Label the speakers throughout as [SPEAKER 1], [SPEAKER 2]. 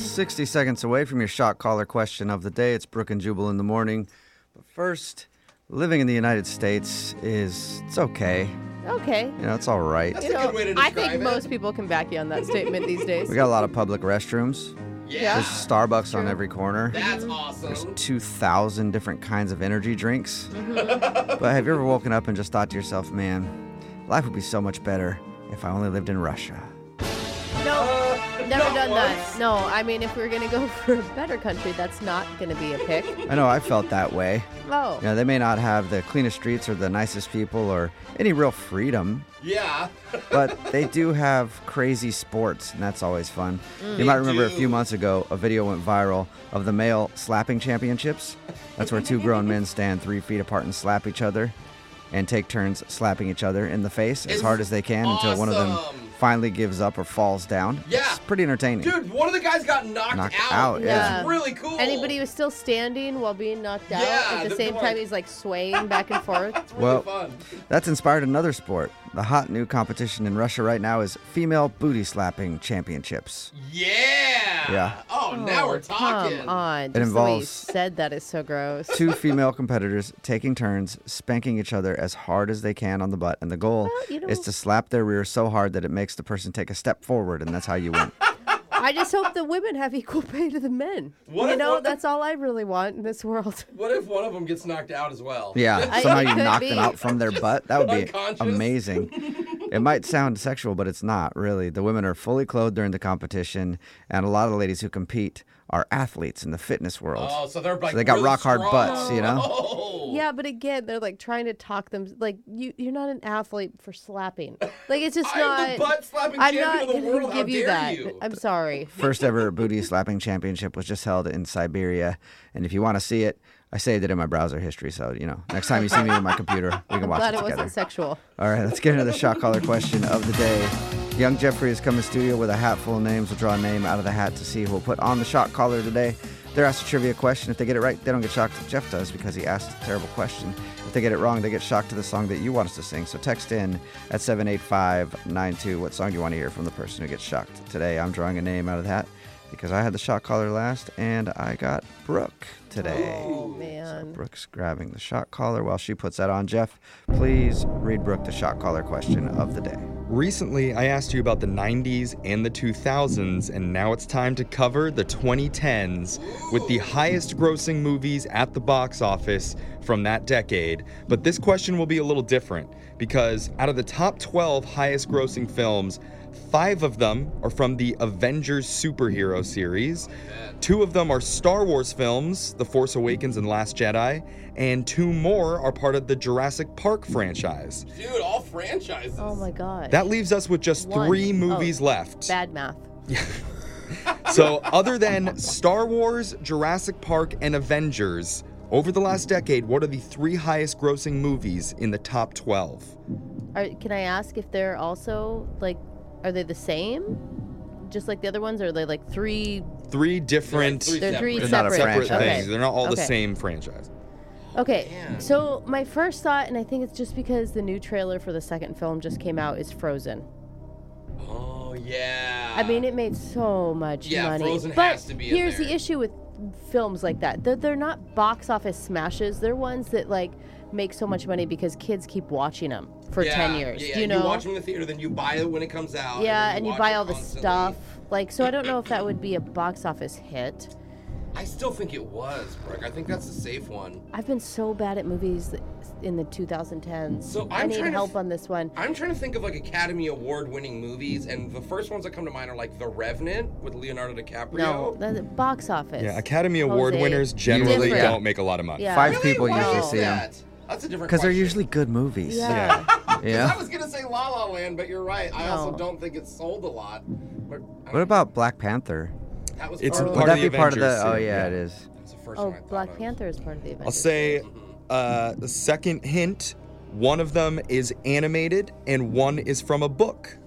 [SPEAKER 1] 60 seconds away from your shock collar question of the day. It's Brook and Jubal in the morning. But first, living in the United States is, it's okay.
[SPEAKER 2] Okay.
[SPEAKER 1] You know, it's all right.
[SPEAKER 2] You
[SPEAKER 3] That's a good
[SPEAKER 2] know,
[SPEAKER 3] way to
[SPEAKER 2] I
[SPEAKER 3] describe
[SPEAKER 2] think
[SPEAKER 3] it.
[SPEAKER 2] most people can back you on that statement these days.
[SPEAKER 1] We got a lot of public restrooms.
[SPEAKER 3] Yeah.
[SPEAKER 1] There's Starbucks on every corner.
[SPEAKER 3] That's awesome.
[SPEAKER 1] 2,000 different kinds of energy drinks. but have you ever woken up and just thought to yourself, man, life would be so much better if I only lived in Russia?
[SPEAKER 2] No, never
[SPEAKER 3] Uh, not
[SPEAKER 2] done that.
[SPEAKER 3] once.
[SPEAKER 2] No, I mean, if we're going to go for a better country, that's not going to be a pick.
[SPEAKER 1] I know I felt that way.
[SPEAKER 2] Oh.
[SPEAKER 1] You know, they may not have the cleanest streets or the nicest people or any real freedom,
[SPEAKER 3] Yeah.
[SPEAKER 1] but they do have crazy sports, and that's always fun. You might remember a
[SPEAKER 3] Mm. do.
[SPEAKER 1] few months ago, a video went viral of the male slapping championships. That's where two grown men stand three feet apart and slap each other and take turns slapping each other in the face as
[SPEAKER 3] It's
[SPEAKER 1] hard as they can until one of them
[SPEAKER 3] awesome.
[SPEAKER 1] finally gives up or falls down.
[SPEAKER 3] Yeah.
[SPEAKER 1] It's pretty entertaining.
[SPEAKER 3] Dude, one of the guys got knocked,
[SPEAKER 1] Knocked out,
[SPEAKER 3] out. That's
[SPEAKER 1] yeah.
[SPEAKER 3] really cool.
[SPEAKER 2] Anybody was still standing while being knocked out.
[SPEAKER 3] Yeah,
[SPEAKER 2] At the
[SPEAKER 3] the
[SPEAKER 2] same
[SPEAKER 3] door.
[SPEAKER 2] time, he's like swaying back and forth.
[SPEAKER 3] really
[SPEAKER 1] Well-
[SPEAKER 3] fun.
[SPEAKER 1] That's inspired another sport. The hot new competition in Russia right now is Female Booty Slapping Championships.
[SPEAKER 3] Yeah.
[SPEAKER 1] Yeah.
[SPEAKER 3] Oh, now
[SPEAKER 2] Oh,
[SPEAKER 3] we're talking.
[SPEAKER 2] Come on. Just The way you
[SPEAKER 1] involves-
[SPEAKER 2] said that is so gross.
[SPEAKER 1] Two female competitors taking turns spanking each other as hard as they can on the butt, and the goal
[SPEAKER 2] Well, you know-
[SPEAKER 1] is to slap their rear so hard that it makes the person take a step forward, and that's how you win.
[SPEAKER 2] I just hope the women have equal pay to the men.
[SPEAKER 3] What
[SPEAKER 2] you
[SPEAKER 3] if-
[SPEAKER 2] know,
[SPEAKER 3] what if-
[SPEAKER 2] that's all I really want in this world.
[SPEAKER 3] What if one of them gets knocked out as well?
[SPEAKER 1] Yeah,
[SPEAKER 2] I-
[SPEAKER 1] somehow
[SPEAKER 2] it
[SPEAKER 1] you
[SPEAKER 2] could
[SPEAKER 1] knock
[SPEAKER 2] be.
[SPEAKER 1] them out from their butt. That would be
[SPEAKER 3] unconscious.
[SPEAKER 1] amazing. It might sound sexual, but it's not really. The women are fully clothed during the competition, and a lot of the ladies who compete are athletes in the fitness world.
[SPEAKER 3] Oh, so they're like
[SPEAKER 1] they got
[SPEAKER 3] really
[SPEAKER 1] rock hard
[SPEAKER 3] strong.
[SPEAKER 1] butts, you know?
[SPEAKER 3] Oh.
[SPEAKER 2] Yeah, but again, they're like trying to talk them like you you're not an athlete for slapping. Like it's just
[SPEAKER 3] I'm
[SPEAKER 2] not
[SPEAKER 3] the butt slapping
[SPEAKER 2] I'm
[SPEAKER 3] champion
[SPEAKER 2] not
[SPEAKER 3] of the
[SPEAKER 2] gonna
[SPEAKER 3] world. How
[SPEAKER 2] give you
[SPEAKER 3] dare
[SPEAKER 2] that.
[SPEAKER 3] you?
[SPEAKER 2] I'm sorry.
[SPEAKER 1] first ever booty slapping championship was just held in Siberia. And if you want to see it, I saved it in my browser history. So, you know, next time you see me on my computer, we can watch
[SPEAKER 2] Glad
[SPEAKER 1] it
[SPEAKER 2] it
[SPEAKER 1] together.
[SPEAKER 2] wasn't sexual.
[SPEAKER 1] All right, let's get into the shot caller question of the day. Young Jeffrey has come to studio with a hat full of names. We'll draw a name out of the hat to see who will put on the shot caller today. They're asked a trivia question. If they get it right, they don't get shocked. Jeff does because he asked a terrible question. If they get it wrong, they get shocked to the song that you want us to sing. So text in at 78592 what song you want to hear from the person who gets shocked today. I'm drawing a name out of the hat because I had the shot caller last and I got Brooke today.
[SPEAKER 2] Oh man.
[SPEAKER 1] Brooke's grabbing the shot collar while she puts that on. Jeff, please read Brooke the shot collar question of the day.
[SPEAKER 4] Recently, I asked you about the 90s and the 2000s, and now it's time to cover the 2010s with the highest grossing movies at the box office from that decade. But this question will be a little different because out of the top 12 highest grossing films, Five of them are from the Avengers superhero series. Two of them are Star Wars films, The Force Awakens and Last Jedi, and two more are part of the Jurassic Park franchise.
[SPEAKER 3] Dude, all franchises.
[SPEAKER 2] Oh my god.
[SPEAKER 4] That leaves us with just
[SPEAKER 2] One.
[SPEAKER 4] three
[SPEAKER 2] Oh,
[SPEAKER 4] movies left.
[SPEAKER 2] bad math.
[SPEAKER 4] So, other than Star Wars, Jurassic Park, and Avengers, over the last decade, what are the three highest grossing movies in the top 12?
[SPEAKER 2] Are, can I ask if they're also like are they the same? Just like the other ones or are they like three
[SPEAKER 4] Three different
[SPEAKER 3] three
[SPEAKER 2] they're three
[SPEAKER 3] They're
[SPEAKER 1] not a
[SPEAKER 2] separate,
[SPEAKER 4] separate
[SPEAKER 1] franchise.
[SPEAKER 2] Okay.
[SPEAKER 4] things. They're not all the
[SPEAKER 2] Okay.
[SPEAKER 4] same franchise.
[SPEAKER 2] Okay,
[SPEAKER 3] Man.
[SPEAKER 2] so my first thought, and I think it's just because the new trailer for the second film just came out, is Frozen.
[SPEAKER 3] Oh yeah.
[SPEAKER 2] I mean, it made so much
[SPEAKER 3] Yeah,
[SPEAKER 2] money.
[SPEAKER 3] Frozen
[SPEAKER 2] but
[SPEAKER 3] has to be in
[SPEAKER 2] here's the
[SPEAKER 3] there.
[SPEAKER 2] issue with films like that: they're, they're not box office smashes. They're ones that like make so much money because kids keep watching them for
[SPEAKER 3] Yeah,
[SPEAKER 2] ten years.
[SPEAKER 3] Yeah, yeah.
[SPEAKER 2] you know?
[SPEAKER 3] watch them in the theater, then you buy it when it comes out.
[SPEAKER 2] yeah,
[SPEAKER 3] then
[SPEAKER 2] and you
[SPEAKER 3] watch
[SPEAKER 2] buy
[SPEAKER 3] it
[SPEAKER 2] all the
[SPEAKER 3] constantly.
[SPEAKER 2] stuff. Like, so I don't know if that would be a box office hit.
[SPEAKER 3] I still think it was, Brooke. I think that's the safe one.
[SPEAKER 2] I've been so bad at movies that- in the 2010s.
[SPEAKER 3] So
[SPEAKER 2] I
[SPEAKER 3] I'm
[SPEAKER 2] need
[SPEAKER 3] trying to
[SPEAKER 2] help
[SPEAKER 3] th-
[SPEAKER 2] on this one.
[SPEAKER 3] I'm trying to think of like Academy Award winning movies, and the first ones that come to mind are like The Revenant with Leonardo DiCaprio.
[SPEAKER 2] No, the the box office.
[SPEAKER 4] Yeah, Academy Award
[SPEAKER 2] Jose.
[SPEAKER 4] winners generally
[SPEAKER 2] Different.
[SPEAKER 4] don't make a lot of money.
[SPEAKER 2] Yeah.
[SPEAKER 1] Five
[SPEAKER 3] Really?
[SPEAKER 1] people
[SPEAKER 3] Why
[SPEAKER 1] usually
[SPEAKER 3] is
[SPEAKER 1] see them
[SPEAKER 3] that? That's a different
[SPEAKER 1] because they're
[SPEAKER 3] question.
[SPEAKER 1] usually good movies.
[SPEAKER 2] Yeah.
[SPEAKER 3] I
[SPEAKER 1] Yeah.
[SPEAKER 3] was gonna say La La Land, but you're right. I also
[SPEAKER 2] No.
[SPEAKER 3] don't think it's sold a lot. But I
[SPEAKER 1] What
[SPEAKER 3] mean,
[SPEAKER 1] about Black Panther?
[SPEAKER 3] that was
[SPEAKER 4] It's
[SPEAKER 3] part of
[SPEAKER 1] Would
[SPEAKER 3] the-
[SPEAKER 1] that
[SPEAKER 4] of
[SPEAKER 1] be
[SPEAKER 4] the
[SPEAKER 1] part of the?
[SPEAKER 4] Avengers
[SPEAKER 1] Oh
[SPEAKER 4] series,
[SPEAKER 1] yeah,
[SPEAKER 4] yeah.
[SPEAKER 1] it is.
[SPEAKER 3] That's the first
[SPEAKER 2] Oh,
[SPEAKER 3] one I thought
[SPEAKER 2] Black
[SPEAKER 3] of.
[SPEAKER 2] Panther is part of the event.
[SPEAKER 4] I'll say uh, second hint one of them is animated, and one is from a book.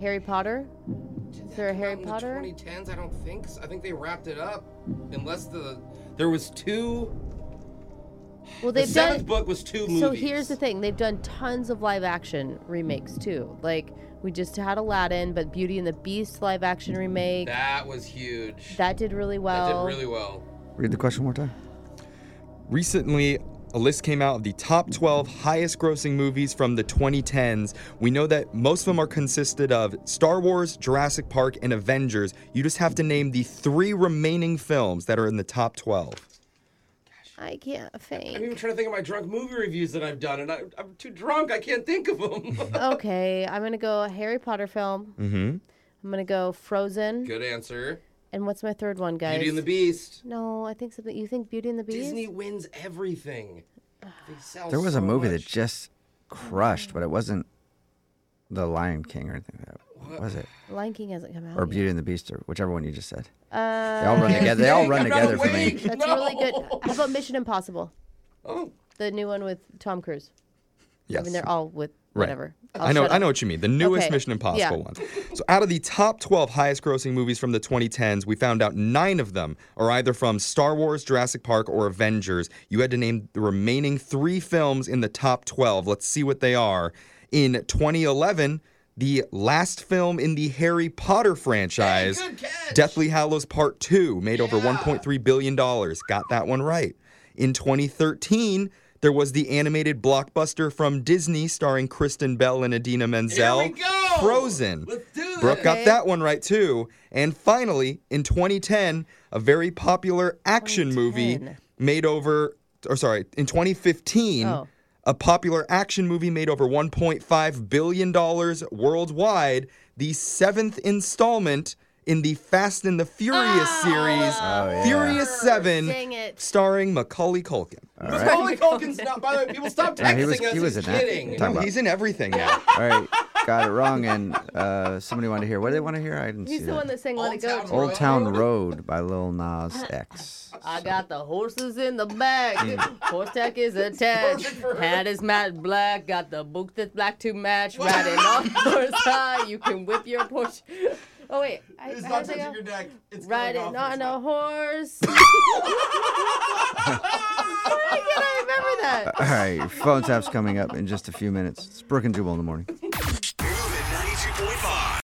[SPEAKER 2] Harry Potter. Is there a Harry
[SPEAKER 3] In the
[SPEAKER 2] Potter?
[SPEAKER 3] 2010s, I don't think. So. I think they wrapped it up, unless the there was two.
[SPEAKER 2] Well,
[SPEAKER 3] The
[SPEAKER 2] they've
[SPEAKER 3] seventh
[SPEAKER 2] done.
[SPEAKER 3] book was two movies.
[SPEAKER 2] So here's the thing: they've done tons of live action remakes too. Like we just had Aladdin, but Beauty and the Beast live action remake that,
[SPEAKER 3] That was huge.
[SPEAKER 2] did really
[SPEAKER 3] That
[SPEAKER 2] well.
[SPEAKER 3] did really well.
[SPEAKER 1] Read the question one more time.
[SPEAKER 4] Recently, a list came out of the top 12 highest grossing movies from the 2010s. We know that most of them are consisted of Star Wars, Jurassic Park, and Avengers. You just have to name the three remaining films that are in the top 12.
[SPEAKER 2] I can't
[SPEAKER 3] I'm even
[SPEAKER 2] faint.
[SPEAKER 3] trying to think of my drunk movie reviews that I've done, and I, I'm too drunk. I can't think of them.
[SPEAKER 2] okay, I'm gonna go a Harry Potter film. Mm-hmm. I'm gonna go Frozen.
[SPEAKER 3] Good answer.
[SPEAKER 2] And what's my third one, guys?
[SPEAKER 3] Beauty and the Beast.
[SPEAKER 2] No, I think something. You think Beauty and the Beast?
[SPEAKER 3] Disney wins everything. They sell
[SPEAKER 1] There was
[SPEAKER 3] so
[SPEAKER 1] a movie that
[SPEAKER 3] much.
[SPEAKER 1] just crushed, but it wasn't The Lion King or anything like that. Was it?
[SPEAKER 2] Lion King hasn't come out.
[SPEAKER 1] Or
[SPEAKER 2] yet.
[SPEAKER 1] Beauty and the Beast or whichever one you just said.
[SPEAKER 2] Uh,
[SPEAKER 1] They all run together. They all run
[SPEAKER 3] I'm not
[SPEAKER 1] together for me.
[SPEAKER 3] awake.
[SPEAKER 2] that's really good. How about Mission Impossible?
[SPEAKER 3] Oh,
[SPEAKER 2] The new one with Tom Cruise.
[SPEAKER 4] Yes.
[SPEAKER 2] I mean, they're all with
[SPEAKER 4] Right.
[SPEAKER 2] whatever. I'll
[SPEAKER 4] I know,
[SPEAKER 2] shut
[SPEAKER 4] I
[SPEAKER 2] up.
[SPEAKER 4] know what you mean. The newest
[SPEAKER 2] Okay,
[SPEAKER 4] Mission Impossible
[SPEAKER 2] yeah.
[SPEAKER 4] ones. So, out of the top 12 highest grossing movies from the 2010s, we found out nine of them are either from Star Wars, Jurassic Park, or Avengers. You had to name the remaining three films in the top 12. Let's see what they are. In 2011, the last film in the Harry Potter franchise,
[SPEAKER 3] good catch.
[SPEAKER 4] Deathly Hallows Part 2, made over $1.3 billion. Got that one right. In 2013, there was the animated blockbuster from Disney starring Kristen Bell and Adina Menzel,
[SPEAKER 3] Here we go!
[SPEAKER 4] Frozen.
[SPEAKER 3] Let's do
[SPEAKER 4] Brooke
[SPEAKER 3] this.
[SPEAKER 4] got that one right too. And finally, in 2010, a very popular action movie
[SPEAKER 2] 2010.
[SPEAKER 4] made over, or sorry, in 2015,
[SPEAKER 2] Oh.
[SPEAKER 4] a popular action movie made over $1.5 billion worldwide, the seventh installment in the Fast and the Furious
[SPEAKER 3] Ah!
[SPEAKER 4] series,
[SPEAKER 3] Oh,
[SPEAKER 4] Furious 7,
[SPEAKER 2] Dang it.
[SPEAKER 4] starring Macaulay Culkin.
[SPEAKER 3] Macaulay Culkin's not. By the way, people stop
[SPEAKER 1] Yeah,
[SPEAKER 3] texting
[SPEAKER 1] he was-
[SPEAKER 3] us.
[SPEAKER 1] he was
[SPEAKER 3] He's
[SPEAKER 1] in that.
[SPEAKER 3] kidding.
[SPEAKER 1] Time- Talking about-
[SPEAKER 4] He's in everything now.
[SPEAKER 1] All right. Got it wrong. And uh, somebody wanted to hear. What did they want to hear? I didn't see
[SPEAKER 2] He's the
[SPEAKER 1] that.
[SPEAKER 2] one that sang "Let It
[SPEAKER 3] Old
[SPEAKER 2] Go."
[SPEAKER 3] Town
[SPEAKER 1] Old Town Road by Lil Nas X.
[SPEAKER 2] I got the horses in the back.
[SPEAKER 4] Mm.
[SPEAKER 2] Horse tack is attached. Hat is matte black. Got the book that's black to match. Riding on horse high, you can whip your Porsche. Oh wait, I,
[SPEAKER 3] It's
[SPEAKER 2] how
[SPEAKER 3] not
[SPEAKER 2] does it
[SPEAKER 3] touching
[SPEAKER 2] go?
[SPEAKER 3] your neck. It's
[SPEAKER 2] Riding
[SPEAKER 3] going off.
[SPEAKER 2] on a horse. Why can I remember that?
[SPEAKER 1] All right, phone tap's coming up in just a few minutes. It's Brooke and Jubal in the morning.